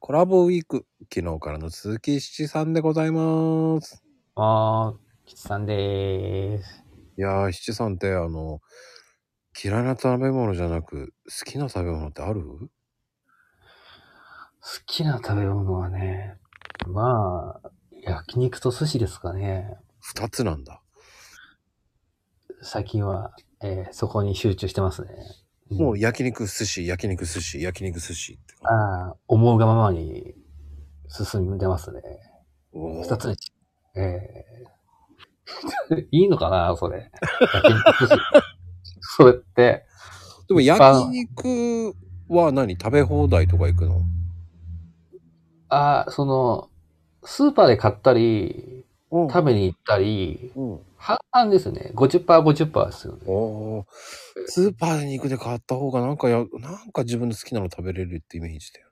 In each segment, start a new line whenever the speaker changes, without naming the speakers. コラボウィーク、昨日からの鈴木七さんでございます。
あー、吉さんでーす。
いやー、七さんって、あの、嫌いな食べ物じゃなく、好きな食べ物ってある
好きな食べ物はね、まあ、焼肉と寿司ですかね。
二つなんだ。
最近は、えーそこに集中してますね。
もう
うん
焼肉寿司、焼肉寿司、焼肉寿司って。
あー思うがままに進んでますね。
おー
二つのうちえー いいのかなそれ。焼肉と寿司 それって、
でも焼肉は何食べ放題とか行くの
あーその、スーパーで買ったり、
うん
食べに行ったり、
うん。
半々ですね。50%、50%ですよね。
おースーパーで肉で買った方がなんかや、なんか自分の好きなの食べれるってイメージだよ。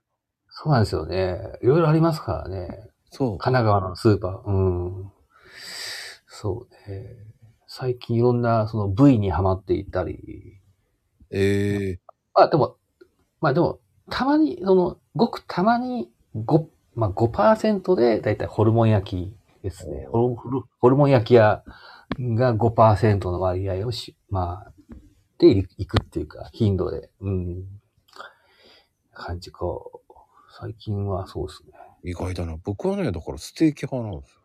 そうなんですよね。いろいろありますからね。
そう。
神奈川のスーパー。うん。そうね。最近いろんなその部位にはまっていったり。
ええ
あ、でも、まあでも、たまに、その、ごくたまに5、まあ5%でだいたいホルモン焼きですね。ホルホルホルモン焼き屋が5%の割合をし、まあ、でいくっていうか、頻度で。うん。感じか。最近はそうですね。
意外だな。僕はね、だからステーキ派なんですよ。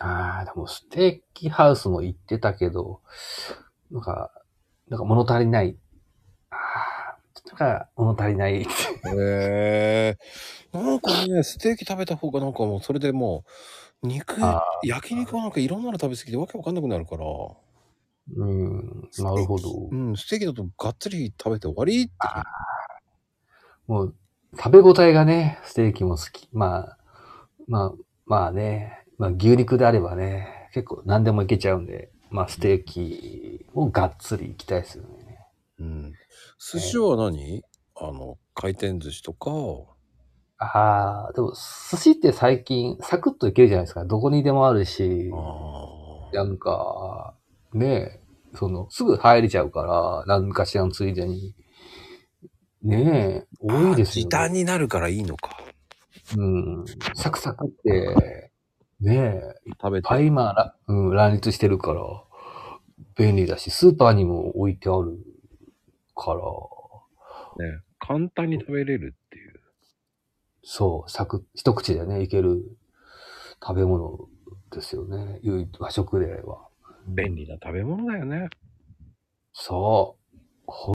ああ、でもステーキハウスも行ってたけど、なんか、なんか物足りない。ああ、なんか物足りない。
へえなんかね、ステーキ食べた方がなんかもうそれでもう、肉
あ、
焼肉はなんかいろんなの食べ過ぎてわけわかんなくなるから。
うん、なるほど
う。ん、ステーキだとがっつり食べて終わりって感じ。
もう、食べ応えがね、ステーキも好き。まあ、まあ、まあね、まあ牛肉であればね、結構何でもいけちゃうんで、まあステーキをがっつり行きたいですよね。
うん。寿司は何あの、回転寿司とか、
ああ、でも寿司って最近サクッといけるじゃないですか。どこにでもあるし。
ああ。
なんか、ねえ、その、すぐ入れちゃうから、何かしらのついでに。ねえ、多いですよ、
時短
ね。
になるからいいのか。
うん。サクサクって、ねえ、いっ
食べて。
ぱい今、らうん、乱立してるから、便利だし、スーパーにも置いてあるから、
ね、簡単に食べれるっていう。
そう、サク、一口でね、いける食べ物ですよね。唯一和食では。
便利な食べ物だよね。
そう。